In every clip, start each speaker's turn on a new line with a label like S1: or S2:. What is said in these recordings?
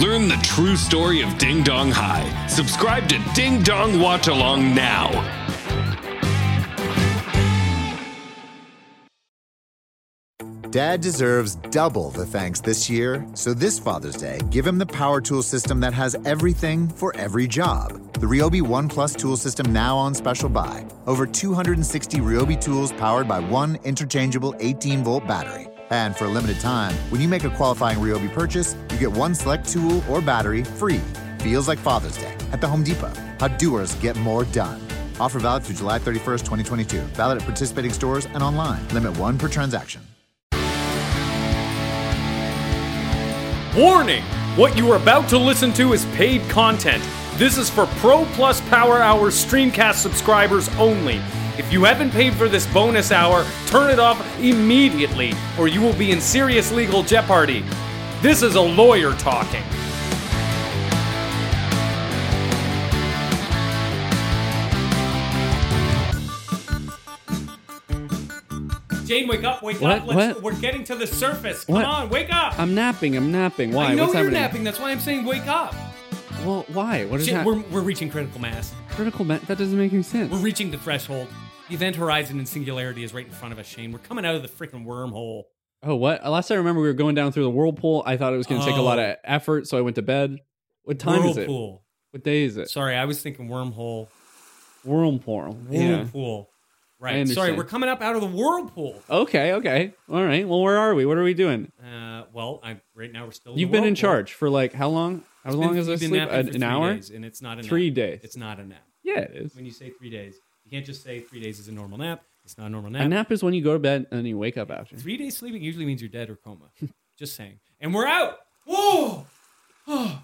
S1: Learn the true story of Ding Dong High. Subscribe to Ding Dong Watch Along now.
S2: Dad deserves double the thanks this year, so this Father's Day, give him the power tool system that has everything for every job. The Ryobi One Plus tool system now on special buy. Over 260 Ryobi tools powered by one interchangeable 18 volt battery. And for a limited time, when you make a qualifying Ryobi purchase, you get one select tool or battery free. Feels like Father's Day at the Home Depot. How doers get more done. Offer valid through July 31st, 2022. Valid at participating stores and online. Limit one per transaction.
S3: Warning! What you are about to listen to is paid content. This is for Pro Plus Power Hour Streamcast subscribers only. If you haven't paid for this bonus hour, turn it off immediately, or you will be in serious legal jeopardy. This is a lawyer talking. Jane, wake up, wake
S4: What?
S3: up. Let's,
S4: What?
S3: We're getting to the surface. Come
S4: What?
S3: on, wake up.
S4: I'm napping. I'm napping. Why?
S3: I know
S4: What's
S3: you're
S4: happening?
S3: napping. That's why I'm saying wake up.
S4: Well, why? What is
S3: Shit,
S4: that?
S3: we're, we're reaching critical mass.
S4: Critical ma- That doesn't make any sense.
S3: We're reaching the threshold. The event horizon and singularity is right in front of us, Shane. We're coming out of the freaking wormhole.
S4: oh, what? Last I remember, we were going down through the whirlpool. I thought it was going to take a lot
S3: Oh.
S4: of effort, so I went to bed. What time is it?
S3: Whirlpool.
S4: What day is it?
S3: Sorry, I was thinking wormhole.
S4: Whirlpool. Yeah.
S3: Whirlpool.
S4: I
S3: Right.
S4: understand.
S3: Sorry, we're coming up out of the whirlpool.
S4: Okay. Okay. All right. Well, where are we? What are we doing?
S3: Uh, well, I'm, right now we're still. in the
S4: You've been in
S3: whirlpool.
S4: charge for like how long? How
S3: It's
S4: long
S3: been-
S4: is
S3: you've
S4: this
S3: been
S4: sleep?
S3: napping
S4: An,
S3: for
S4: an
S3: three
S4: hour?
S3: days, and it's not a nap.
S4: Three days.
S3: It's not a nap.
S4: Yeah, it is.
S3: When you say three days, you can't just say three days is a normal nap. It's not a normal
S4: A nap is when you go to bed and then you wake up after.
S3: Three days sleeping usually means you're dead or coma. Just saying. And we're out. Whoa. Oh.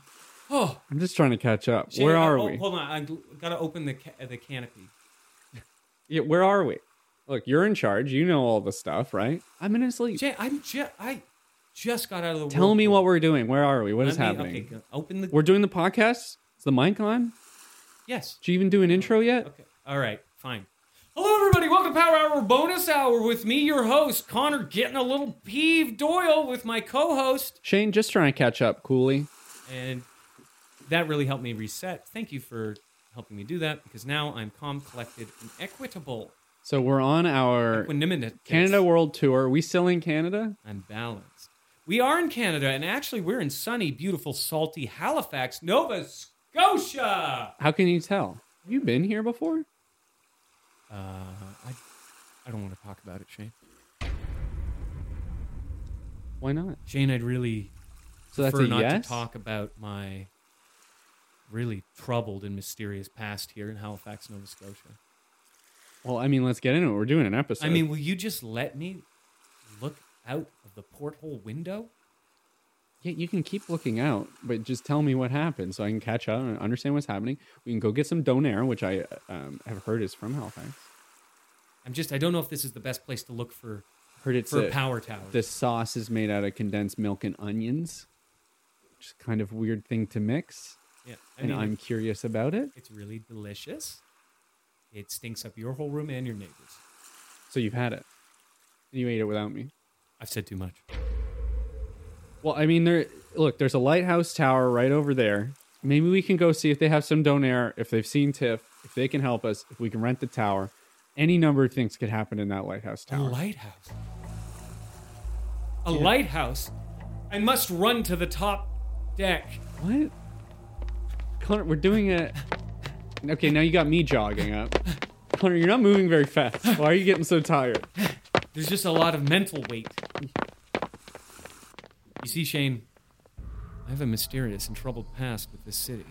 S3: Oh.
S4: I'm just trying to catch up. Where
S3: Shane,
S4: are
S3: oh,
S4: we?
S3: Hold on. I gotta open the ca- the canopy.
S4: Yeah, where are we? Look, you're in charge. You know all the stuff, right? I'm gonna sleep.
S3: Jay, I'm just I just got out of the.
S4: Tell me
S3: whirlpool.
S4: what we're doing. Where are we? What is
S3: Let me-
S4: happening?
S3: Okay, go- open the.
S4: We're doing the podcast. Is the mic on?
S3: yes.
S4: Did you even do an intro yet?
S3: Okay. All right. Fine. Hello, everybody. Welcome to Power Hour Bonus Hour with me, your host Connor, getting a little peeved Doyle with my co-host
S4: Shane, just trying to catch up, coolly.
S3: and that really helped me reset. Thank you for helping me do that because now I'm calm, collected, and equitable.
S4: So we're on our
S3: Equanimity.
S4: Canada World Tour. Are we still in Canada?
S3: I'm balanced. We are in Canada, and actually, we're in sunny, beautiful, salty Halifax, Nova Scotia.
S4: How can you tell? Have you been here before?
S3: Uh, I, I don't want to talk about it, Shane.
S4: Why not?
S3: Shane, I'd really
S4: So that's
S3: prefer
S4: a
S3: not
S4: yes.
S3: to talk about my really troubled and mysterious past here in Halifax, Nova Scotia.
S4: Well, I mean, let's get into it. We're doing an episode.
S3: I mean, will you just let me look out of the porthole window?
S4: yeah, you can keep looking out, but just tell me what happened so I can catch up and understand what's happening. We can go get some donair, which I um, have heard is from Halifax.
S3: I'm just I don't know if this is the best place to look for
S4: Heard it's
S3: for
S4: a-
S3: power towers.
S4: The sauce is made out of condensed milk and onions, which is kind of a weird thing to mix.
S3: yeah, I
S4: and
S3: mean,
S4: I'm curious about it.
S3: it's really delicious. It stinks up your whole room and your neighbors.
S4: So you've had it. And you ate it without me.
S3: I've said too much.
S4: Well, I mean, there. Look, there's a lighthouse tower right over there. Maybe we can go see if they have some donair, if they've seen Tiff, if they can help us, if we can rent the tower. Any number of things could happen in that lighthouse
S3: A
S4: tower.
S3: lighthouse. A lighthouse. I must run to the top deck.
S4: what? Connor, we're doing it. Okay, now you got me jogging up. Connor, you're not moving very fast. Why are you getting so tired?
S3: There's just a lot of mental weight. You see, Shane, I have a mysterious and troubled past with this city,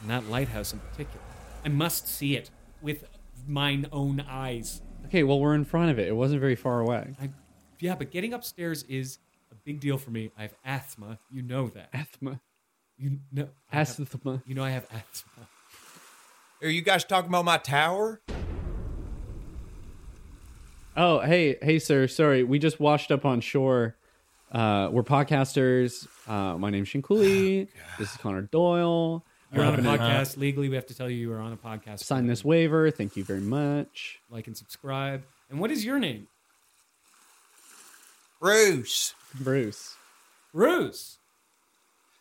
S3: and that lighthouse in particular. I must see it with mine own eyes.
S4: Okay, well, we're in front of it. It wasn't very far away.
S3: I, yeah, but getting upstairs is a big deal for me. I have asthma. You know that.
S4: Asthma.
S3: You know. I have-
S4: Asthma.
S3: You know I have asthma.
S5: Are you guys talking about my tower?
S4: Oh, hey, hey, sir. Sorry, we just washed up on shore. Uh, we're podcasters. Uh, my name's Shane Cooley. this is Connor Doyle.
S3: You're on a
S4: We're gonna
S3: podcast.
S5: Uh,
S3: Legally, we have to tell you you are on a podcast.
S4: Sign this waiver. Thank you very much.
S3: Like and subscribe. And what is your name?
S5: Bruce,
S4: Bruce.
S3: Bruce.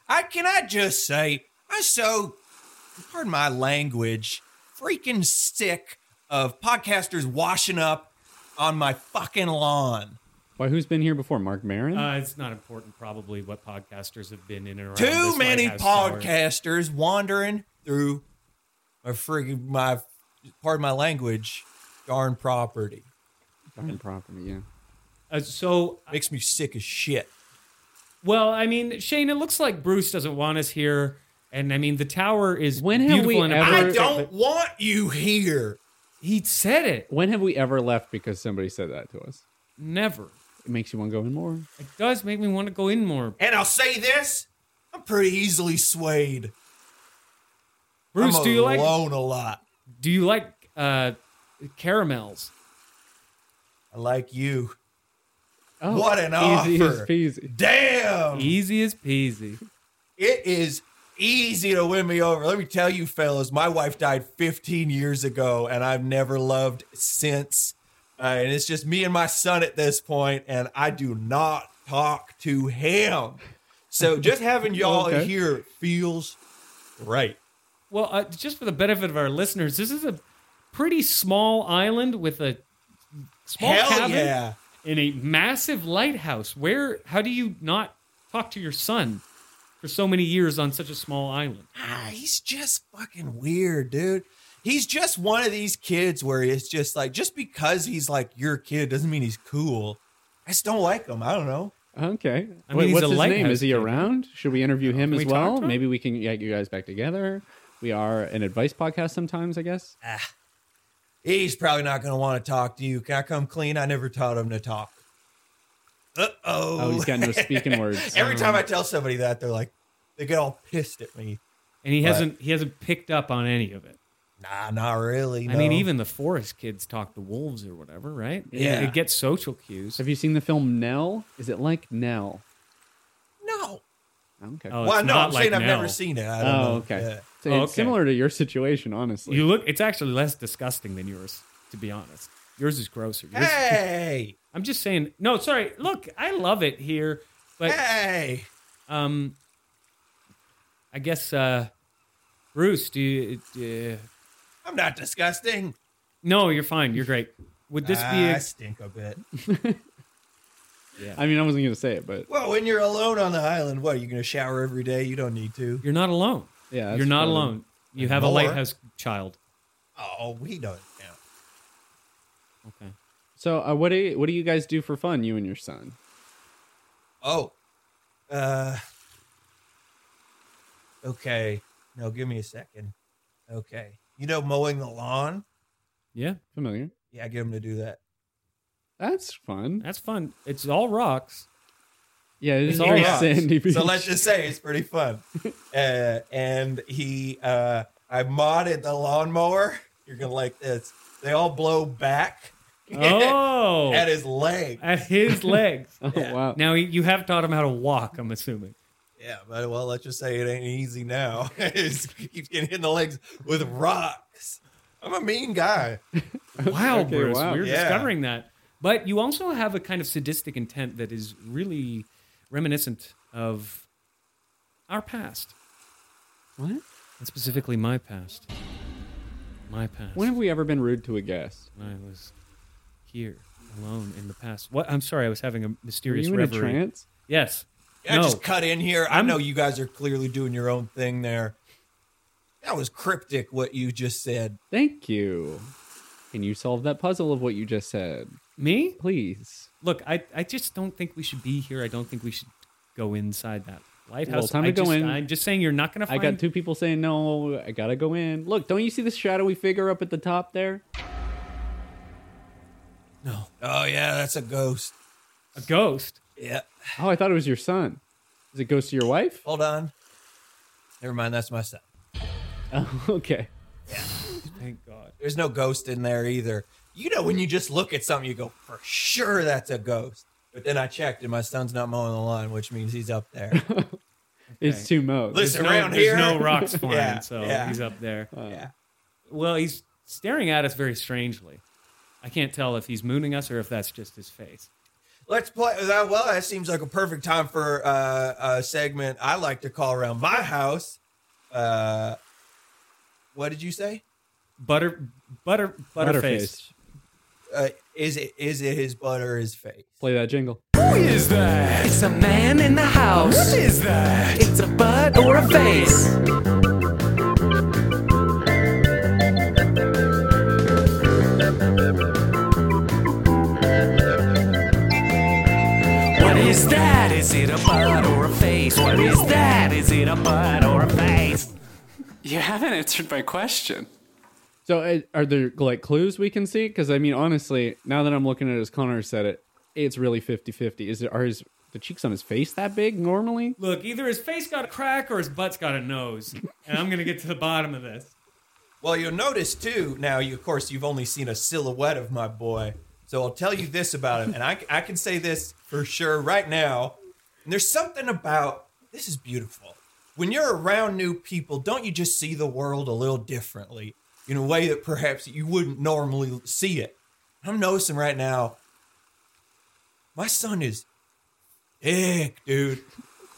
S5: I can I just say I'm so, pardon my language, freaking sick of podcasters washing up on my fucking lawn.
S4: Why? Who's been here before? Mark Maron.
S3: Uh, it's not important, probably, what podcasters have been in and around.
S5: Too
S3: this
S5: many
S3: White House tower.
S5: podcasters wandering through my freaking my pardon my language darn property
S4: Fucking property. Yeah.
S3: Uh, so,
S5: makes me sick as shit.
S3: well, I mean, Shane, it looks like Bruce doesn't want us here. And I mean, the tower is
S4: When have
S3: beautiful
S4: we
S3: and
S4: ever-
S5: I
S3: appropriate,
S5: don't
S3: but
S5: want you here.
S3: He said it.
S4: When have we ever left because somebody said that to us?
S3: Never.
S4: It makes you want to go in more.
S3: It does make me want to go in more.
S5: And I'll say this, I'm pretty easily swayed.
S3: Bruce,
S5: I'm
S3: do you like
S5: alone a lot?
S3: do you like uh, caramels?
S5: I like you.
S4: Oh,
S5: What an
S4: easy
S5: offer.
S4: Easy peasy.
S5: Damn,
S3: Easy as peasy.
S5: it is easy to win me over. Let me tell you, fellas, my wife died 15 years ago, and I've never loved since. Uh, and it's just me and my son at this point, and I do not talk to him. So just having y'all
S4: Okay.
S5: here feels right.
S3: Well, uh, just for the benefit of our listeners, this is a pretty small island with a small
S5: Hell
S3: cabin
S5: yeah.
S3: and a massive lighthouse. Where? How do you not talk to your son for so many years on such a small island?
S5: Ah, he's just fucking weird, dude. He's just one of these kids where it's just like, just because he's like your kid doesn't mean he's cool. I just don't like him. I don't know.
S4: Okay.
S3: I mean,
S4: Wait,
S3: he's
S4: what's
S3: a
S4: his name?
S3: lighthouse
S4: Is he
S3: kid.
S4: around? Should we interview him
S3: Can we
S4: as
S3: talk
S4: well?
S3: to him?
S4: Maybe we can get you guys back together. We are an advice podcast sometimes, I guess.
S5: He's probably not going to want to talk to you. Can I come clean? I never taught him to talk. Uh
S4: Oh, he's
S5: oh.
S4: got no speaking words. Um,
S5: Every time I tell somebody that, they're like, they get all pissed at me.
S3: And he hasn't he hasn't picked up on any of it.
S5: Nah, not really.
S3: I mean,
S5: no.
S3: even the forest kids talk to wolves or whatever, right?
S5: Yeah.
S3: it gets social cues.
S4: Have you seen the film Nell? Is it like Nell?
S5: no.
S4: Okay.
S3: Oh,
S5: Well,
S3: it's
S5: no,
S3: not
S5: I'm
S3: like
S5: saying I've
S3: now.
S5: never seen it. I don't
S4: Oh,
S5: know.
S4: okay.
S5: Yeah.
S4: So
S3: Oh,
S4: It's
S3: okay.
S4: similar to your situation, honestly.
S3: You look. It's actually less disgusting than yours, to be honest. Yours is grosser. Yours-
S5: Hey,
S3: I'm just saying. No, sorry. Look, I love it here, but
S5: hey.
S3: um, I guess uh, Bruce, do you? Uh,
S5: I'm not disgusting.
S3: no, you're fine. You're great. Would this be?
S5: Ah, I
S3: A,
S5: stink a bit.
S4: I mean, I wasn't going to say it, but
S5: Well, when you're alone on the island, what are you going to shower every day? You don't need to.
S3: you're not alone.
S4: Yeah, that's
S3: you're not
S4: fine.
S3: alone. You have a
S5: More.
S3: lighthouse child.
S5: Oh, we don't count.
S3: Okay.
S4: so uh, what do you, what do you guys do for fun, you and your son?
S5: Oh, uh, okay. No, give me a second. Okay, you know mowing the lawn.
S3: Yeah,
S4: Familiar?
S5: Yeah, get him to do that.
S4: That's fun.
S3: that's fun. It's all rocks.
S4: Yeah, it
S3: It's
S4: is
S3: all
S4: very
S3: rocks.
S4: sandy beach.
S5: So let's just say it's pretty fun. Uh, and he, uh, I modded the lawnmower. You're gonna like this. They all blow back
S3: Oh,
S5: at his leg.
S3: at his legs.
S4: oh, wow.
S3: Now you have taught him how to walk. I'm assuming.
S5: Yeah, but well, let's just say it ain't easy now. He's keeps getting hit in the legs with rocks. I'm a mean guy.
S3: Wow,
S4: Okay,
S3: Bruce,
S4: wow.
S3: we're
S5: Yeah.
S3: discovering that. But you also have a kind of sadistic intent that is really reminiscent of our past,
S4: what?
S3: and specifically my past. My past.
S4: When have we ever been rude to a guest?
S3: when I was here alone in the past. What? I'm sorry, I was having a
S4: Were
S3: mysterious
S4: you in a
S3: reverie.
S4: trance?
S3: Yes.
S5: Can
S3: no.
S5: I just cut in here? i
S3: I'm-
S5: know you guys are clearly doing your own thing there. That was cryptic what you just said.
S4: Thank you. Can you solve that puzzle of what you just said?
S3: Me?
S4: Please.
S3: Look, I, I just don't think we should be here. I don't think we should go inside that lighthouse.
S4: time
S3: I
S4: to go
S3: just-
S4: in.
S3: I'm just saying you're not going to
S4: I
S3: find
S4: got two people saying no. I gotta go in. Look, don't you see this shadowy figure up at the top there?
S5: Oh yeah, that's a ghost.
S3: a ghost.
S5: Yeah.
S4: Oh, I thought it was your son. Is it goes to your wife?
S5: Hold on. Never mind, that's my son.
S4: Oh, okay.
S3: Thank God.
S5: There's no ghost in there either. You know, when you just look at something, you go, for sure that's a ghost. But then I checked and my son's not mowing the lawn, which means he's up there.
S4: It's two modes.
S5: Listen,
S3: no,
S5: around
S3: there's
S5: here.
S3: no rocks flying,
S5: Yeah,
S3: so
S5: yeah.
S3: he's up there.
S4: Uh.
S5: yeah.
S3: Well, he's staring at us very strangely. I can't tell if he's mooning us or if that's just his face.
S5: Let's play. uh, Well, that seems like a perfect time for uh, a segment I like to call around my house. Uh, what did you say?
S3: Butter, butter, butterface.
S4: Butterface.
S5: Uh, is it is it his butt or his face?
S4: Play that jingle.
S6: It's a man in the house. What is that? It's a butt or a face. What is that? Is it a butt or a face? What is that? Is it a butt or a face?
S7: You haven't answered my question.
S4: So, uh, are there like clues we can see? Because I mean, honestly, now that I'm looking at it, as Connor said it, it's really 50-50. Is it are his the cheeks on his face that big normally?
S3: Look, either his face got a crack or his butt's got a nose, and I'm gonna get to the bottom of this.
S5: Well, you'll notice too. Now, you, of course, you've only seen a silhouette of my boy, so I'll tell you this about him, and I, I can say this for sure right now. And there's something about this is beautiful. When you're around new people, don't you just see the world a little differently in a way that perhaps you wouldn't normally see it? I'm noticing right now. My son is thick, dude.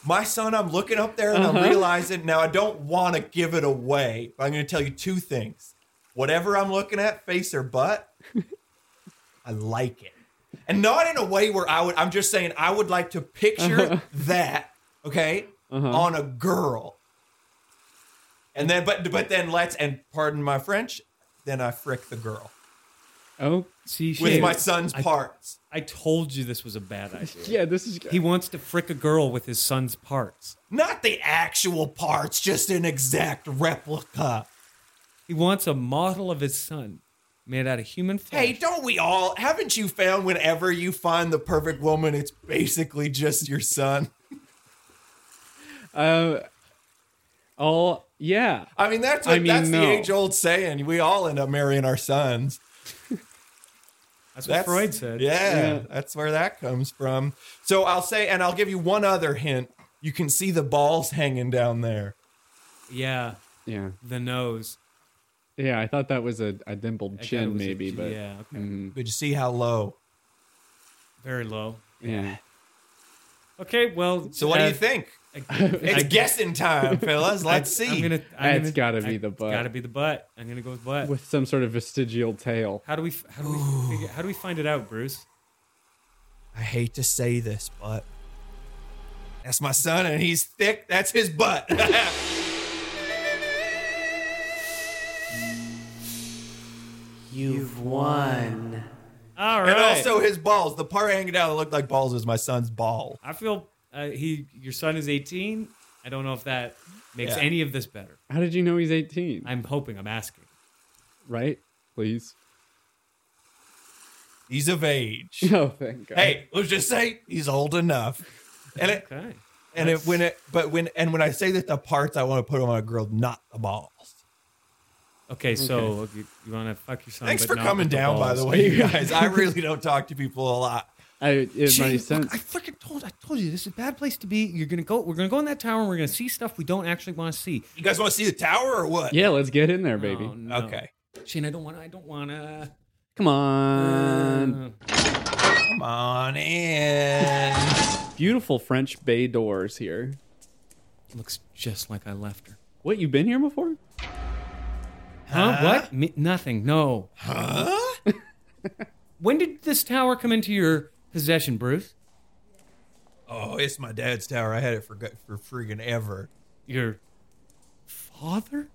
S5: My son, I'm looking up there and I'm realizing now I don't want to give it away. But I'm going to tell you two things. Whatever I'm looking at, face or butt, I like it. And not in a way where I would, I'm just saying I would like to picture that, okay, on a girl. And then, but, but then let's, and pardon my French, then I frick the girl
S4: Oh,
S3: See,
S5: with
S3: Shane,
S5: my son's
S3: I-
S5: parts.
S3: I told you this was a bad idea.
S4: yeah. This is
S3: He wants to frick a girl with his son's parts.
S5: Not the actual parts, just an exact replica.
S3: He wants a model of his son made out of human flesh.
S5: Hey, don't we all? Haven't you found whenever you find the perfect woman, it's basically just your son?
S4: uh, all yeah.
S5: I mean, that's what,
S4: I mean,
S5: that's the
S4: no.
S5: age old saying. We all end up marrying our sons.
S3: that's what
S5: That's
S3: Freud said.
S5: Yeah,
S4: Yeah.
S5: that's where that comes from. So I'll say, and I'll give you one other hint. You can see the balls hanging down there.
S3: yeah,
S4: Yeah,
S3: the nose.
S4: yeah. I thought that was a, a dimpled
S3: I thought it
S4: chin,
S3: was a
S4: maybe,
S3: G-
S4: but Mm-hmm.
S3: yeah, okay.
S5: But you see how low.
S3: very low.
S4: yeah.
S3: Okay, well,
S5: So what do you
S3: uh,
S5: think?
S3: I-
S5: It's guessing time, fellas. Let's
S3: I-
S5: see.
S3: I'm gonna, I'm
S4: It's
S3: gonna,
S4: gotta
S3: I-
S4: be the butt.
S3: Gotta be the butt. I'm gonna go with butt.
S4: with some sort of vestigial tail.
S3: how do we? f- How do we? Figure, how do we find it out, Bruce?
S5: I hate to say this, but that's my son, and he's thick. That's his butt.
S6: You've won.
S3: All right.
S5: And also his balls. The part hanging down that looked like balls was my son's ball.
S3: I feel uh, he. Your son is 18. I don't know if that makes
S5: Yeah.
S3: any of this better.
S4: How did you know he's 18?
S3: I'm hoping. I'm asking.
S4: right? Please.
S5: He's of age.
S4: Oh, thank God.
S5: hey, let's just say he's old enough. And it,
S3: Okay.
S5: and it, when it, but when, and when I say that the parts I want to put on a girl, not the balls.
S3: Okay. So you, you want to fuck your son?
S5: Thanks
S3: but
S5: for
S3: not
S5: coming
S3: with the
S5: down, by
S3: balls.
S5: the way, you guys. I really don't talk to people a lot.
S4: I, it
S3: Shane,
S4: makes
S3: look,
S4: sense.
S3: I freaking told. I told you this is a bad place to be. You're gonna go. We're gonna go in that tower. and We're gonna see stuff we don't actually want to see.
S5: You guys want to see the tower or what?
S4: yeah, let's get in there, baby.
S3: Oh, no.
S5: Okay.
S3: Shane, I don't want to. I don't want to.
S4: Come
S3: Uh.
S4: on.
S5: Come on in.
S4: Beautiful French bay doors here.
S3: Uh, Looks just like I left her.
S4: What, you been here before?
S3: Huh? What? Me- nothing. No. Huh? when did this tower come into your possession, Bruce?
S5: Oh, it's my dad's tower. I had it for, for friggin' ever.
S3: Your father?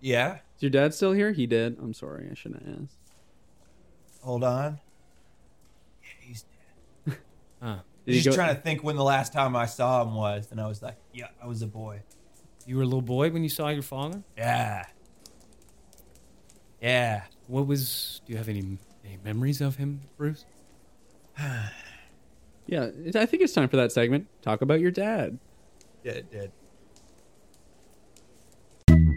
S5: Yeah.
S4: Is your dad still here? He did. I'm sorry, I shouldn't have asked.
S5: Hold on. Yeah, he's dead.
S4: Did he
S5: just
S4: go-
S5: trying to think when the last time I saw him was, and I was like, yeah, I was a boy.
S3: You were a little boy when you saw your father.
S5: Yeah. Yeah.
S3: What was? Do you have any any memories of him, Bruce?
S4: yeah, it- I think it's time for that segment. Talk about your dad.
S5: Dead, dead.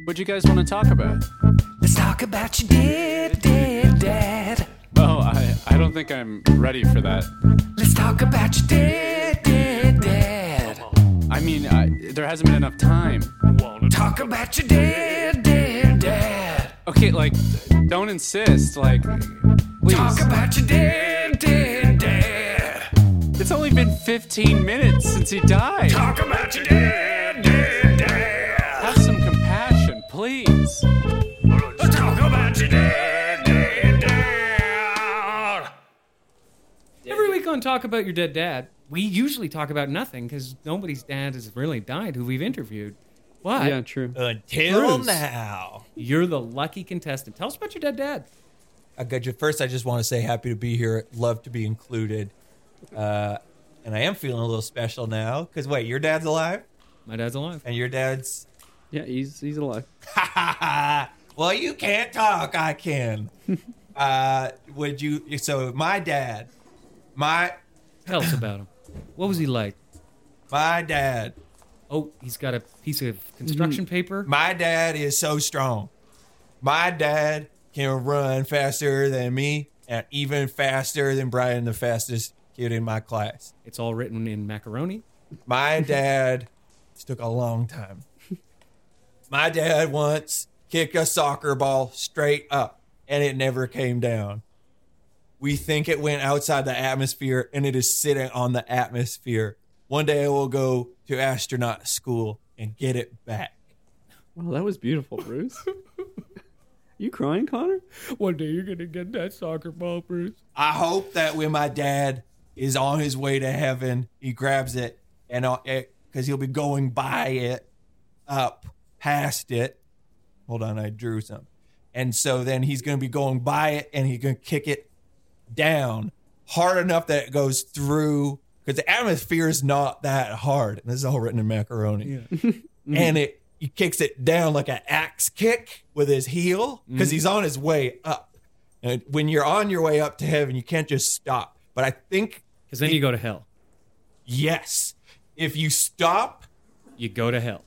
S7: What'd you guys want to talk about?
S6: The Let's talk about your dead, dead dad.
S7: Oh, I, I don't think I'm ready for that.
S6: Let's talk about your dead, dead dad.
S7: I mean, I, there hasn't been enough time.
S6: Talk about your dead, dead dad.
S7: Okay, like, don't insist. Like,
S6: Talk
S7: please.
S6: about your dead, dead dad.
S7: It's only been 15 minutes since he died.
S6: Talk about your dead, dead dad.
S7: Have some compassion, please.
S6: Let's talk about your dead, dead dad.
S3: Every week on Talk About Your Dead Dad, we usually talk about nothing because nobody's dad has really died who we've interviewed. But
S4: Yeah, true.
S5: Until
S3: Bruce.
S5: now.
S3: you're the lucky contestant. Tell us about your dead dad.
S5: I got you. First, I just want to say happy to be here. Love to be included. Uh, and I am feeling a little special now because wait, your dad's alive
S3: My dad's alive.
S5: and your dad's.
S4: Yeah, he's he's alive.
S5: Well, you can't talk. I can. uh, would you? So my dad, my
S3: Tell us about him. What was he like?
S5: my dad,
S3: Oh, he's got a piece of construction paper.
S5: my dad is so strong. My dad can run faster than me and even faster than Brian, the fastest kid in my class.
S3: It's all written in macaroni.
S5: My dad this took a long time. My dad once kicked a soccer ball straight up and it never came down. We think it went outside the atmosphere and it is sitting on the atmosphere. One day I will go to astronaut school and get it back.
S4: Well, that was beautiful, Bruce. you crying, Connor?
S3: One day you're gonna get that soccer ball, Bruce.
S5: I hope that when my dad is on his way to heaven, he grabs it and because he'll be going by it, up past it. Hold on, I drew some. And so then he's going to be going by it and he's going to kick it down hard enough that it goes through because the atmosphere is not that hard. And this is all written in macaroni. and it he kicks it down like an axe kick with his heel because he's on his way up. And when you're on your way up to heaven, you can't just stop. But I think
S3: Because then you go to hell.
S5: yes, if you stop
S3: You go to hell.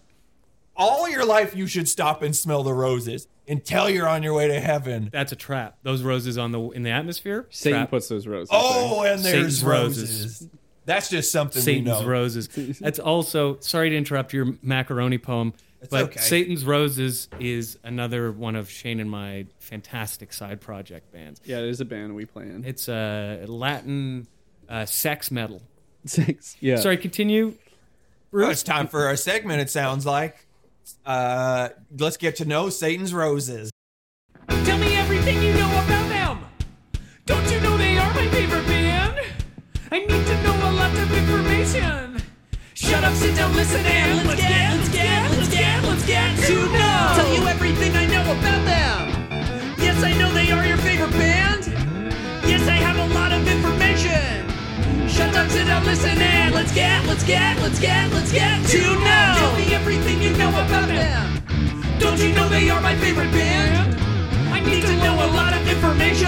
S5: all your life, you should stop and smell the roses until you're on your way to heaven.
S3: That's a trap. Those roses on the in the atmosphere.
S4: Satan
S3: trap.
S4: puts those roses.
S5: Oh, and there's
S3: Satan's
S5: roses.
S3: roses.
S5: That's just something we
S3: Satan's
S5: know.
S3: roses. That's also sorry to interrupt your macaroni poem, but
S5: okay.
S3: Satan's roses is another one of Shane and my fantastic side project bands.
S4: there. yeah, it is a band we play in.
S3: It's a uh, Latin uh, sex metal.
S4: Six. Yeah.
S3: Sorry, continue.
S5: Well, it's time for our segment, it sounds like. Uh, let's get to know Satan's roses.
S6: Tell me everything you know about them. Don't you know they are my favorite band? I need to know a lot of information. Shut up, sit down, listen, and let's get, let's get, let's get, let's get to know. Tell you everything I know about them. Yes, I know they are your favorite band. Yes, I have a lot of information. Shut up, sit down, listen, and let's get, let's get, let's get, let's get to know. Tell me everything you know about them. Don't you know they are my favorite band? I need to know a lot of information.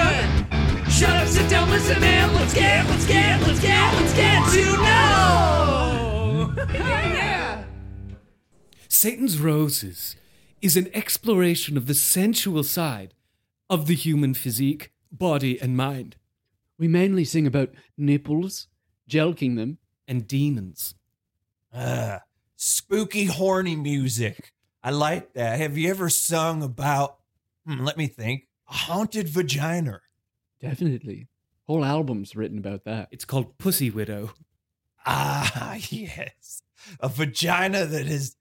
S6: Shut up, sit down, listen, and let's get, let's get, let's get, let's get to know. yeah.
S3: Satan's Roses is an exploration of the sensual side of the human physique, body, and mind,
S4: We mainly sing about nipples, jelking them.
S3: and demons.
S5: Ugh. spooky, horny music. I like that. Have you ever sung about, hmm, let me think, a haunted vagina?
S4: Definitely. Whole albums written about that.
S3: It's called Pussy Widow.
S5: Ah, yes. A vagina that has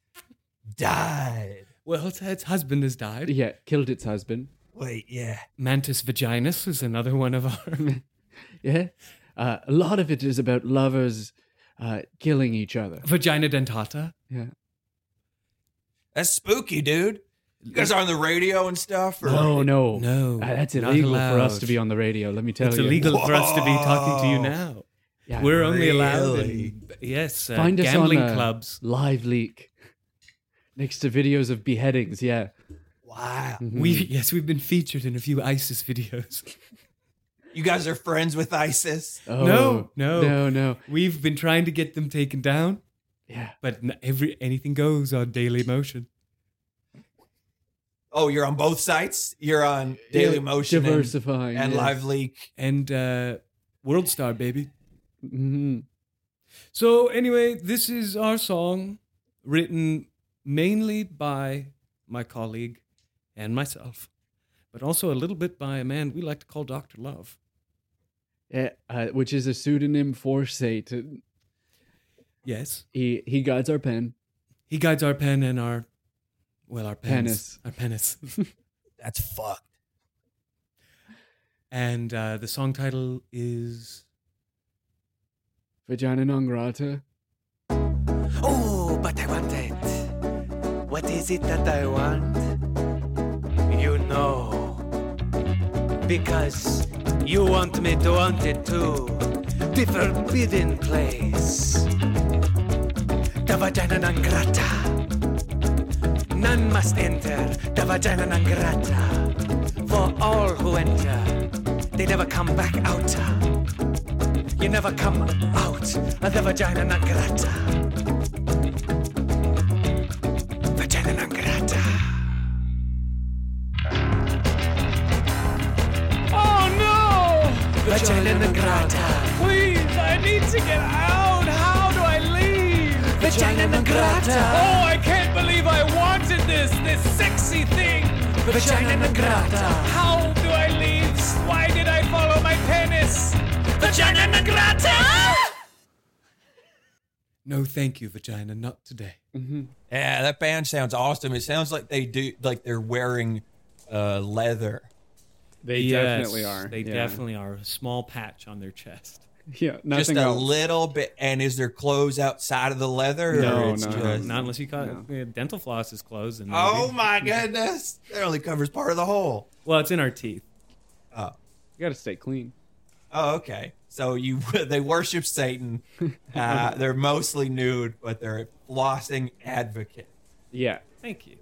S5: died.
S3: Well, its- its husband has died.
S4: Yeah, killed its husband.
S5: Wait, yeah.
S3: Mantis vaginis is another one of our.
S4: Yeah. Uh, a lot of it is about lovers uh, killing each other.
S3: Vagina dentata.
S4: Yeah.
S5: That's spooky, dude. You guys are on the radio and stuff? Or?
S4: No, no.
S3: No,
S4: Uh, that's
S3: not
S4: illegal for us
S3: allowed.
S4: to be on the radio, let me tell
S3: It's
S4: you.
S3: illegal for us to be talking to you now.
S4: Yeah.
S3: We're only allowed
S5: Really?
S3: in, yes, uh,
S4: Find us
S3: gambling
S4: on uh,
S3: clubs.
S4: Live leak. Next to videos of beheadings, yeah.
S5: Wow.
S4: Hmm.
S3: We yes, we've been featured in a few ISIS videos.
S5: You guys are friends with ISIS?
S4: Oh,
S3: No, no.
S4: No, no.
S3: We've been trying to get them taken down,
S4: Yeah.
S3: but n- every anything goes on Daily Motion.
S5: Oh, you're on both sites. You're on Daily Motion and-
S4: diversifying,
S5: and
S4: yes.
S5: Live Leak.
S3: and uh, World Star, baby.
S4: Mhm.
S3: So anyway, this is our song, written mainly by my colleague and myself, but also a little bit by a man we like to call Doctor Love.
S4: Eh, uh, which is a pseudonym for Satan.
S3: Yes,
S4: He he guides our pen.
S3: he guides our pen and our, well, our pens,
S4: Penis.
S3: our penis.
S5: That's fucked.
S3: and uh, the song title is
S4: Vagina non grata.
S6: Oh, but I want it. What is it that I want? You know. Because you want me to want it too. The forbidden place. The vagina non grata. None must enter the vagina non grata. For all who enter, they never come back out. You never come out of the vagina non grata. Vagina non grata.
S7: Oh no!
S6: Vagina non grata.
S7: Oh, Please, I need to get out. How do I leave?
S6: Vagina non
S7: Oh,
S6: grata.
S7: I can't believe I wanted this, this sexy thing.
S6: Vagina non grata.
S7: How do I leave? Why did I follow my penis? Vagina non grata!
S3: No, thank you, vagina, not today.
S5: Yeah, that band sounds awesome. It sounds like they do like they're wearing uh, leather.
S4: They definitely are.
S3: They
S4: yeah.
S3: definitely are. A small patch on their chest.
S4: Yeah,
S5: Just
S4: nothing
S5: a
S4: else.
S5: little bit. And is there clothes outside of the leather?
S4: No,
S5: or it's
S4: no, no,
S5: just-
S3: Not unless you got uh, dental floss is closed. And
S5: Oh my goodness! That only covers part of the hole.
S3: well, it's in our teeth.
S4: you gotta stay clean.
S5: Oh, okay. So you they worship Satan. Uh, they're mostly nude, but they're a flossing advocate.
S4: Yeah.
S3: Thank you.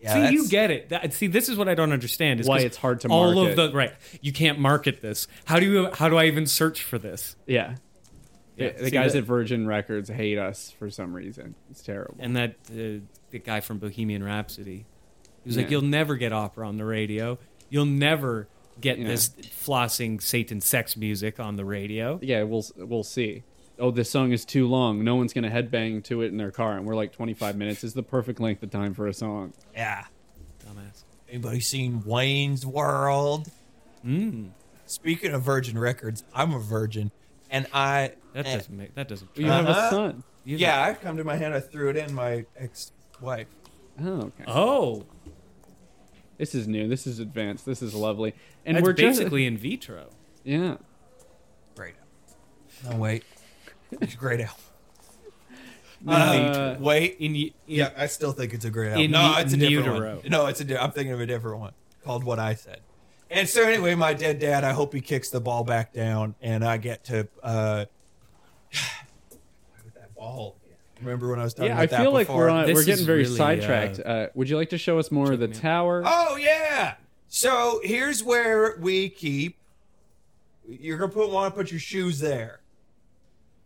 S5: Yeah,
S3: see, you
S5: that's-
S3: get it. That, see, this is what I don't understand. Is
S4: Why
S3: 'cause
S4: it's hard to
S3: all
S4: market.
S3: of the right. You can't market this. How do you? How do I even search for this?
S4: Yeah. The- the
S3: see
S4: guys
S3: that-
S4: at Virgin Records hate us for some reason. It's terrible.
S3: And that uh, the guy from Bohemian Rhapsody, he was like,
S4: Yeah.
S3: "You'll never get opera on the radio. You'll never get
S4: Yeah.
S3: this flossing Satan sex music on the radio."
S4: yeah, we'll we'll see. Oh, this song is too long. No one's gonna headbang to it in their car, and we're like 25 minutes is the perfect length of time for a song.
S5: Yeah.
S3: Dumbass.
S5: Anybody seen Wayne's World?
S3: Hmm.
S5: Speaking of Virgin Records, I'm a virgin, and I
S3: That
S5: eh,
S3: doesn't make. That doesn't.
S4: You have a son.
S3: you-
S5: yeah, I've come to my hand. I threw it in my ex-wife.
S4: Oh, okay.
S3: Oh,
S4: This is new. This is advanced. This is lovely. And
S3: and
S4: we're
S3: we're
S4: just-
S3: basically in vitro.
S4: yeah.
S5: Great. No wait, it's a great album.
S4: Uh,
S5: Wait,
S3: In, y- in
S5: yeah, I still think it's a great album.
S3: In
S5: no,
S3: u-
S5: it's a different
S3: utero.
S5: one. No, it's a. Di- I'm thinking of a different one called "What I Said." And so, anyway, my dead dad. I hope he kicks the ball back down, and I get to. uh with that ball. Remember when I was talking
S4: yeah,
S5: about
S4: I
S5: that
S4: feel like
S5: before?
S4: we're on,
S3: This
S4: we're getting
S3: is
S4: very
S3: really,
S4: sidetracked. Uh, would you like to show us more of the tower?
S5: Oh yeah. So here's where we keep. You're gonna put want to put your shoes there.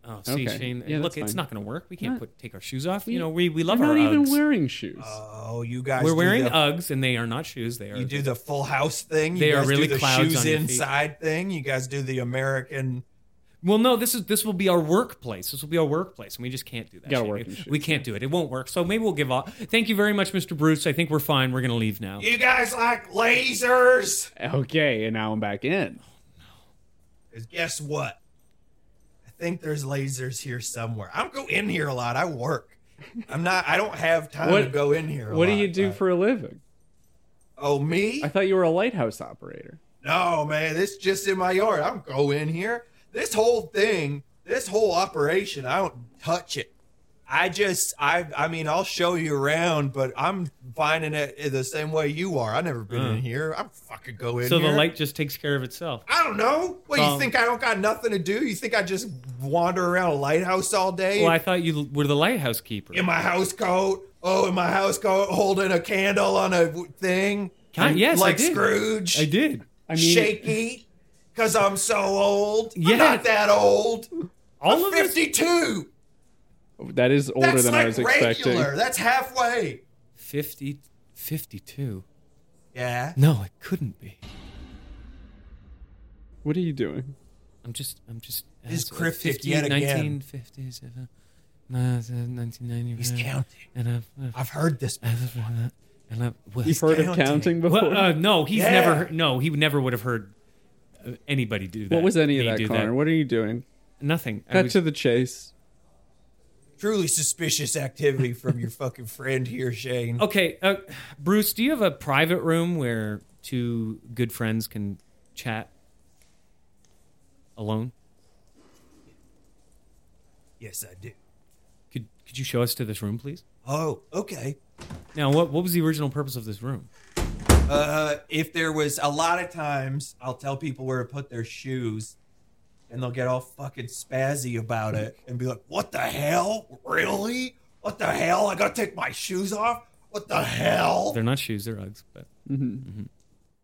S3: Oh, see,
S4: Okay.
S3: Shane.
S4: Yeah,
S3: look,
S4: that's
S3: it's
S4: fine.
S3: not going to work. We can't
S4: Not-
S3: put take our shoes off. you know, we, we love
S4: We're
S3: our
S4: not even
S3: Uggs.
S4: wearing shoes.
S3: Uh,
S5: Oh, you guys.
S3: We're
S5: do
S3: wearing
S5: the,
S3: Uggs, and they are not shoes. They are.
S5: You do the full house thing. You
S3: They are
S5: guys
S3: really
S5: do the
S3: clouds
S5: shoes
S3: on your feet.
S5: inside thing. You guys do the American.
S3: well, no. This is this will be our workplace. This will be our workplace, and we just can't do that.
S4: Gotta
S3: Shane.
S4: work in
S3: We-
S4: shoes,
S3: We can't do it. It won't work. So maybe we'll give off. Thank you very much, Mr. Bruce. I think we're fine. We're going to leave now.
S5: You guys like lasers?
S4: Okay, and now I'm back in.
S5: 'Cause guess what? I think there's lasers here somewhere. I don't go in here a lot. I work. I'm not. I don't have time
S4: What-
S5: to go in here. a
S4: What do
S5: lot,
S4: you do
S5: but-
S4: for a living?
S5: Oh me?
S4: I thought you were a lighthouse operator.
S5: No, man, this just in my yard. I don't go in here. This whole thing, this whole operation, I don't touch it. I just, I, I mean, I'll show you around, but I'm finding it the same way you are. I never been in here. I'm fucking go in
S3: Mm. So the
S5: here.
S3: light just takes care of itself.
S5: I don't know. What you
S3: Um,
S5: think? I don't got nothing to do. You think I just wander around a lighthouse all day
S3: Well, I thought you l- were the lighthouse keeper.
S5: in my house coat? Oh, in my house coat, holding a candle on a w- thing.
S3: Ki- yes, I
S5: like
S3: did.
S5: Scrooge
S3: I did.
S4: I mean,
S5: shaky because I'm so old.
S3: Yeah.
S5: I'm not that old.
S3: All
S5: I'm
S3: of this
S5: 52.
S4: that is older
S5: That's
S4: than
S5: like
S4: I was
S5: regular.
S4: expecting.
S5: That's halfway.
S3: 50, 52.
S5: Yeah.
S3: No, it couldn't be.
S4: What are you doing?
S3: I'm just, I'm just.
S5: This
S3: uh,
S5: is cryptic yet again.
S3: 1950s, uh, no, it's, uh, 1990.
S5: He's
S3: uh,
S5: counting.
S3: And I've, I've,
S5: I've heard this.
S3: I've, uh, and I've, well,
S4: You've heard of
S5: counting.
S4: counting before?
S3: well, uh, no, he's
S5: Yeah.
S3: never. heard- No, he never would have heard uh, anybody do that.
S4: what was any of
S3: me
S4: that,
S3: do
S4: Connor? What are you doing?
S3: Nothing. I
S4: Cut
S3: was-
S4: to the chase.
S5: Truly suspicious activity from your fucking friend here, Shane.
S3: Okay, uh, Bruce, do you have a private room where two good friends can chat alone?
S5: Yes, I do.
S3: Could could you show us to this room, please?
S5: Oh, okay.
S3: Now, what what was the original purpose of this room?
S5: Uh, if there was a lot of times, I'll tell people where to put their shoes, and they'll get all fucking spazzy about it and be like, "What the hell? Really? What the hell? I gotta take my shoes off? What the hell?"
S3: They're not shoes, they're Uggs, but
S4: Mm-hmm.
S3: Mhm.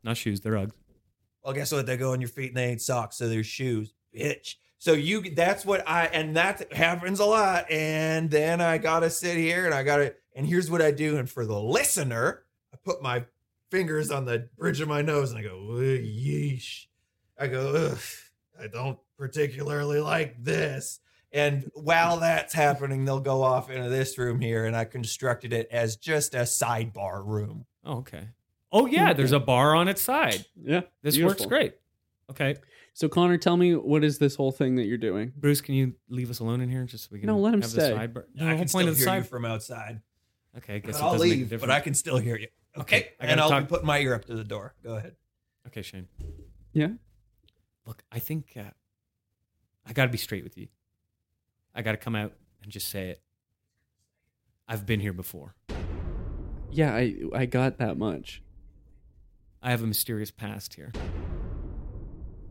S3: not shoes, they're Uggs.
S5: well, guess what? They go on your feet and they ain't socks, so they're shoes, bitch. So you that's what I and that happens a lot. And then I gotta sit here and I gotta and here's what I do. And for the listener, I put my fingers on the bridge of my nose and I go, "Ugh, yeesh. I go, Ugh, I don't particularly like this. And while that's happening, they'll go off into this room here, and I constructed it as just a sidebar room.
S3: Oh, okay. Oh yeah, there's a bar on its side.
S4: Yeah.
S3: This works
S4: beautiful.
S3: great. Okay,
S4: So Connor, tell me what is this whole thing that you're doing?
S3: Bruce, can you leave us alone in here just so we can
S4: No, let him
S3: have
S4: stay.
S3: the sidebar?
S5: I
S3: No, the whole
S5: can
S3: point
S5: still
S3: of the
S5: hear you
S3: side.
S5: from outside.
S3: okay, I guess it
S5: I'll
S3: doesn't make a
S5: leave,
S3: difference.
S5: but I can still hear you. Okay.
S3: Okay, I
S5: and
S3: gotta
S5: I'll
S3: talk-
S5: be putting my ear up to the door. Go ahead.
S3: Okay, Shane.
S4: Yeah.
S3: look, I think uh, I got to be straight with you. I got to come out and just say it. I've been here before.
S4: Yeah, I I got that much.
S3: I have a mysterious past here.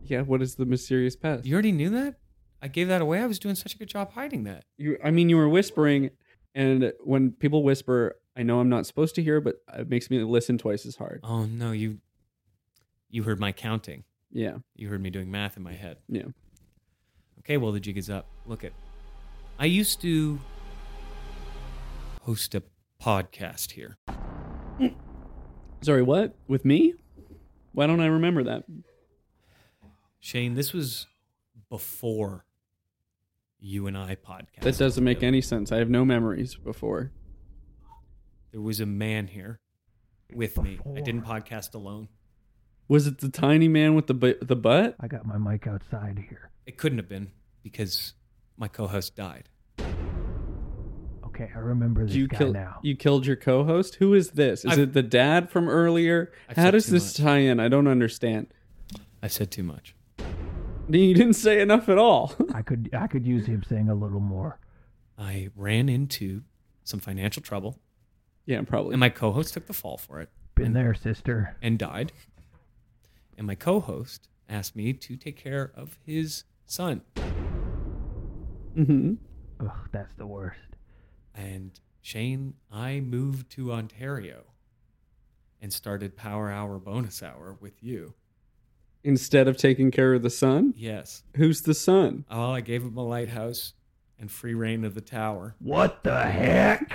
S4: Yeah, what is the mysterious past?
S3: You already knew that? I gave that away. I was doing such a good job hiding that.
S4: you I mean you were whispering and when people whisper, I know I'm not supposed to hear, but it makes me listen twice as hard.
S3: Oh no, you you heard my counting.
S4: Yeah.
S3: You heard me doing math in my head.
S4: Yeah.
S3: Okay, well the jig is up. Look at I used to host a podcast here.
S4: Sorry, what? With me? Why don't I remember that?
S3: Shane, this was before you and I podcast.
S4: That doesn't make any sense. I have no memories before.
S3: There was a man here with me. I didn't podcast alone.
S4: Was it the tiny man with the bu- the butt?
S5: I got my mic outside here.
S3: It couldn't have been because my co-host died.
S8: Okay, I remember this
S4: You
S8: guy
S4: killed
S8: now.
S4: you killed your co-host. Who is this? Is
S3: I've-
S4: it the dad from earlier?
S3: I've
S4: How
S3: said
S4: does
S3: too
S4: this
S3: much.
S4: tie in? I don't understand.
S3: I said too much.
S4: You didn't say enough at all.
S8: I could I could use him saying a little more.
S3: I ran into some financial trouble,
S4: yeah, probably.
S3: and my co-host took the fall for it
S8: Been there, sister.
S3: and died. And my co-host asked me to take care of his son,
S4: mm-hmm.
S8: Ugh, that's the worst.
S3: and Shane, I moved to Ontario and started Power Hour Bonus Hour with you.
S4: Instead of taking care of the son,
S3: Yes.
S4: who's the son?
S3: Well, I gave him a lighthouse and free reign of the tower.
S8: What the heck?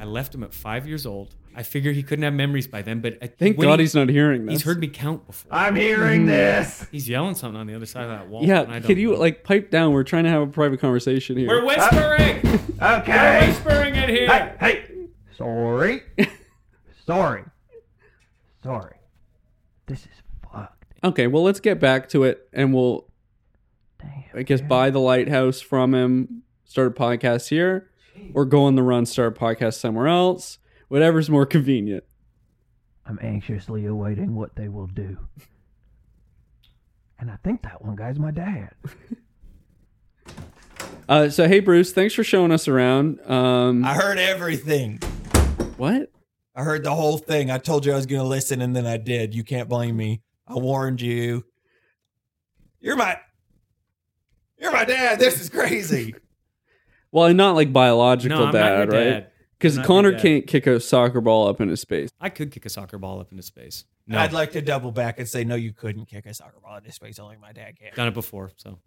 S3: I left him at five years old. I figure he couldn't have memories by then, but I,
S4: Thank
S3: when
S4: God
S3: he-
S4: he's not hearing this.
S3: He's heard me count before.
S8: I'm hearing this.
S3: He's yelling something on the other side of that wall. and I
S4: Hmm. Yeah,
S3: don't
S4: could you
S3: know.
S4: like pipe down? We're trying to have a private conversation here.
S3: We're whispering. We're
S8: Okay.
S3: whispering in here.
S8: Hey, hey. Sorry. Sorry. Sorry. This is fucked.
S4: okay, well let's get back to it, and we'll
S8: Damn.
S4: I guess buy the lighthouse from him, start a podcast here, or go on the run, start a podcast somewhere else. Whatever's more convenient.
S8: I'm anxiously awaiting what they will do. And I think that one guy's my dad.
S4: Uh, so hey Bruce, thanks for showing us around. Um,
S5: I heard everything.
S4: what?
S5: I heard the whole thing. I told you I was going to listen, and then I did. You can't blame me. I warned you. You're my, you're my dad. This is crazy.
S4: Well, and not like biological
S3: No, I'm not your
S4: dad, right?
S3: dad.
S4: Because
S3: I'm not your
S4: Connor
S3: dad.
S4: can't kick a soccer ball up into space.
S3: I could kick a soccer ball up into space. No,
S5: I'd like to double back and say no. You couldn't kick a soccer ball in this space. Only my dad can.
S3: done it before. So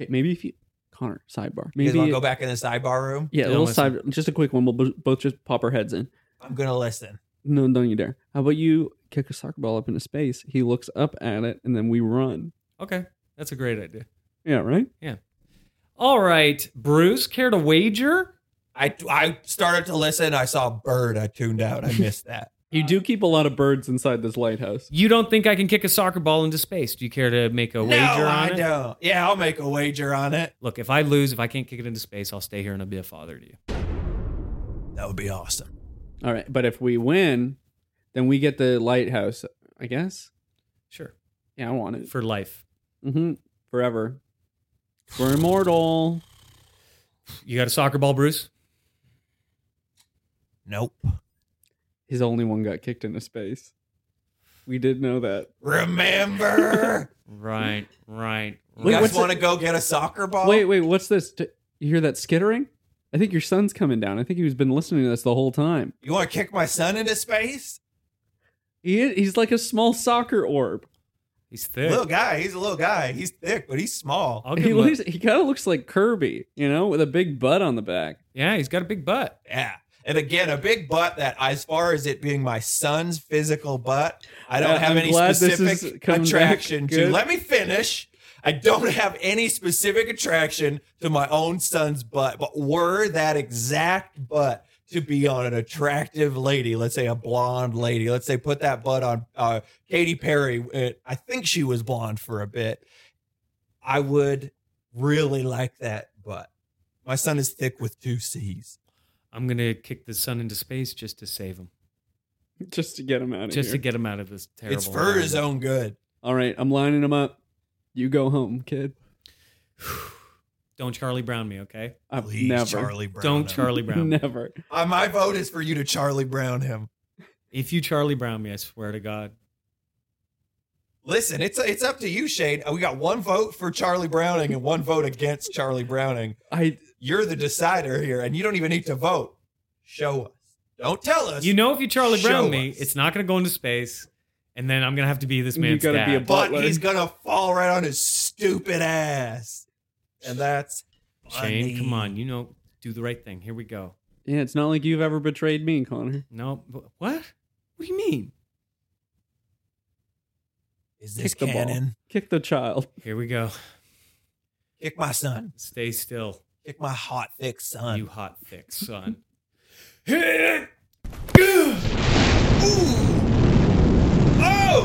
S4: Okay, maybe if you, Connor, sidebar.
S5: You guys want
S4: Maybe
S5: to go back in the sidebar room?
S4: yeah, a
S3: Don't
S4: little
S3: listen.
S4: side, just a quick one. We'll bo- both just pop our heads in.
S5: I'm going to listen.
S4: No, don't you dare. How about you kick a soccer ball up into space? He looks up at it and then we run.
S3: Okay, that's a great idea.
S4: Yeah, right?
S3: All right, Bruce, care to wager?
S5: I I started to listen. I saw a bird. I tuned out. I missed that.
S4: You do keep a lot of birds inside this lighthouse.
S3: You don't think I can kick a soccer ball into space? Do you care to make a
S5: no,
S3: wager on
S5: I
S3: it?
S5: don't. Yeah, I'll make a wager on it.
S3: Look, if I lose, if I can't kick it into space, I'll stay here and I'll be a father to you.
S5: That would be awesome.
S4: All right. But if we win, then we get the lighthouse, I guess.
S3: Sure,
S4: Yeah, I want it.
S3: for life.
S4: Mm-hmm. Forever. We're immortal.
S3: You got a soccer ball, Bruce?
S5: Nope.
S4: His only one got kicked into space. We did know that.
S5: Remember,
S3: Right, right.
S5: you
S4: Wait,
S5: guys
S4: what's
S5: want to go get a soccer ball?
S4: Wait, wait, what's this? D- You hear that skittering? I think your son's coming down. I think he's been listening to this the whole time.
S5: You want to kick my son into space?
S4: He is, he's like a small soccer orb.
S3: He's thick.
S5: Little guy. He's a little guy. He's thick, but he's small.
S3: I'll give
S4: He
S3: him a-
S4: looks, he kind of looks like Kirby, you know, with a big butt on the back.
S3: yeah, he's got a big butt.
S5: Yeah. And again, a big butt that, as far as it being my son's physical butt, I don't
S4: Uh,
S5: have
S4: I'm
S5: any
S4: glad this is
S5: specific
S4: coming back
S5: attraction to.
S4: good.
S5: Let me finish. I don't have any specific attraction to my own son's butt, but were that exact butt to be on an attractive lady, let's say a blonde lady, let's say put that butt on uh, Katy Perry, uh, I think she was blonde for a bit. I would really like that butt. My son is thick with two C's.
S3: I'm gonna kick the sun into space just to save him,
S4: Just to get him out of
S3: just
S4: here.
S3: to get him out of this terrible.
S5: It's for his
S3: environment.
S5: own good.
S4: All right, I'm lining him up. You go home, kid.
S3: Don't Charlie Brown me, okay?
S4: I've
S5: Please,
S4: never.
S5: Charlie Brown.
S3: Don't
S5: him.
S3: Charlie Brown. me.
S4: Never.
S5: Uh, my vote is for you to Charlie Brown him.
S3: If you Charlie Brown me, I swear to God.
S5: Listen, it's it's up to you, Shade. We got one vote for Charlie Browning and one vote against Charlie Browning.
S4: I
S5: You're the decider here, and you don't even need to vote. Show us. Don't tell us.
S3: You know, if you Charlie Brown
S5: Show
S3: me,
S5: us.
S3: it's not gonna go into space, and then I'm gonna have to be this
S4: You
S3: man's
S4: gotta
S3: dad.
S4: be a bu-
S5: but
S4: Butler.
S5: he's gonna fall right on his stupid ass, and that's
S3: Shane,
S5: funny.
S3: come on, you know, do the right thing. Here we go.
S4: yeah, it's not like you've ever betrayed me, Connor.
S3: No, wh- what? What do you mean?
S5: Is this
S4: Kick the ball.
S5: cannon?
S4: Kick the child.
S3: Here we go.
S5: Kick my son.
S3: Stay still,
S5: Kick my hot, thick son.
S3: you hot thick son.
S5: Oh!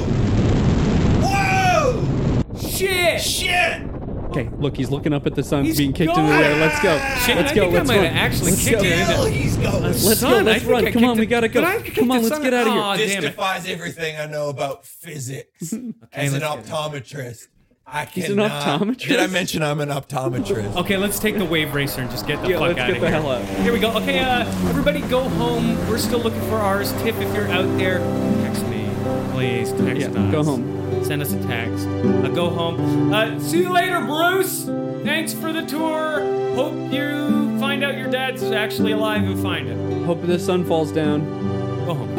S5: Whoa! Shit! Shit!
S4: Okay, look, he's looking up at the sun
S3: He's
S4: being kicked into the
S3: gone.
S4: air. Let's go.
S3: Shane,
S4: let's
S3: I
S4: go.
S3: think I
S4: let's
S3: might
S4: run.
S3: have actually
S4: let's
S3: kicked
S4: go.
S3: it into-
S5: Hell, he's going.
S4: Let's go.
S3: Son, I
S4: Let's
S3: think
S4: run.
S3: I
S4: Come on,
S3: kicked
S4: we
S3: it-
S4: gotta go.
S3: But I kicked
S4: Come on,
S3: the
S4: let's
S3: son-
S4: get outta here.
S3: Aw,
S5: this
S3: damn it.
S5: defies everything I know about physics. As an
S3: let's get it.
S5: optometrist, I
S4: He's an
S5: cannot-
S4: optometrist?
S5: Did I mention I'm an optometrist?
S3: Okay, let's take the wave racer and just get the
S4: Yeah,
S3: fuck
S4: let's
S3: out
S4: get
S3: of
S4: the
S3: here.
S4: hell out.
S3: Here we go. Okay, uh, everybody go home. We're still looking for ours. Tiff, if you're out there, text me. Please text
S4: Yeah,
S3: us.
S4: go home.
S3: Send us a text. Uh, go home. Uh, see you later, Bruce. Thanks for the tour. Hope you find out your dad's is actually alive and find him.
S4: Hope the sun falls down.
S3: Go home.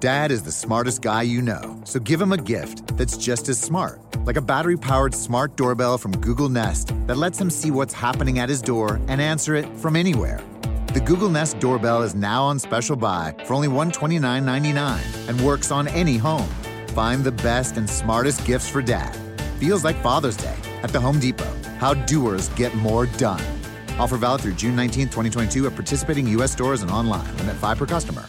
S2: Dad is the smartest guy you know, so give him a gift that's just as smart, like a battery powered smart doorbell from Google Nest that lets him see what's happening at his door and answer it from anywhere. The Google Nest doorbell is now on special buy for only $129.99 and works on any home. Find the best and smartest gifts for dad. Feels like Father's Day at the Home Depot. How doers get more done. Offer valid through June 19, 2022 at participating U.S. stores and online. Limit 5 per customer.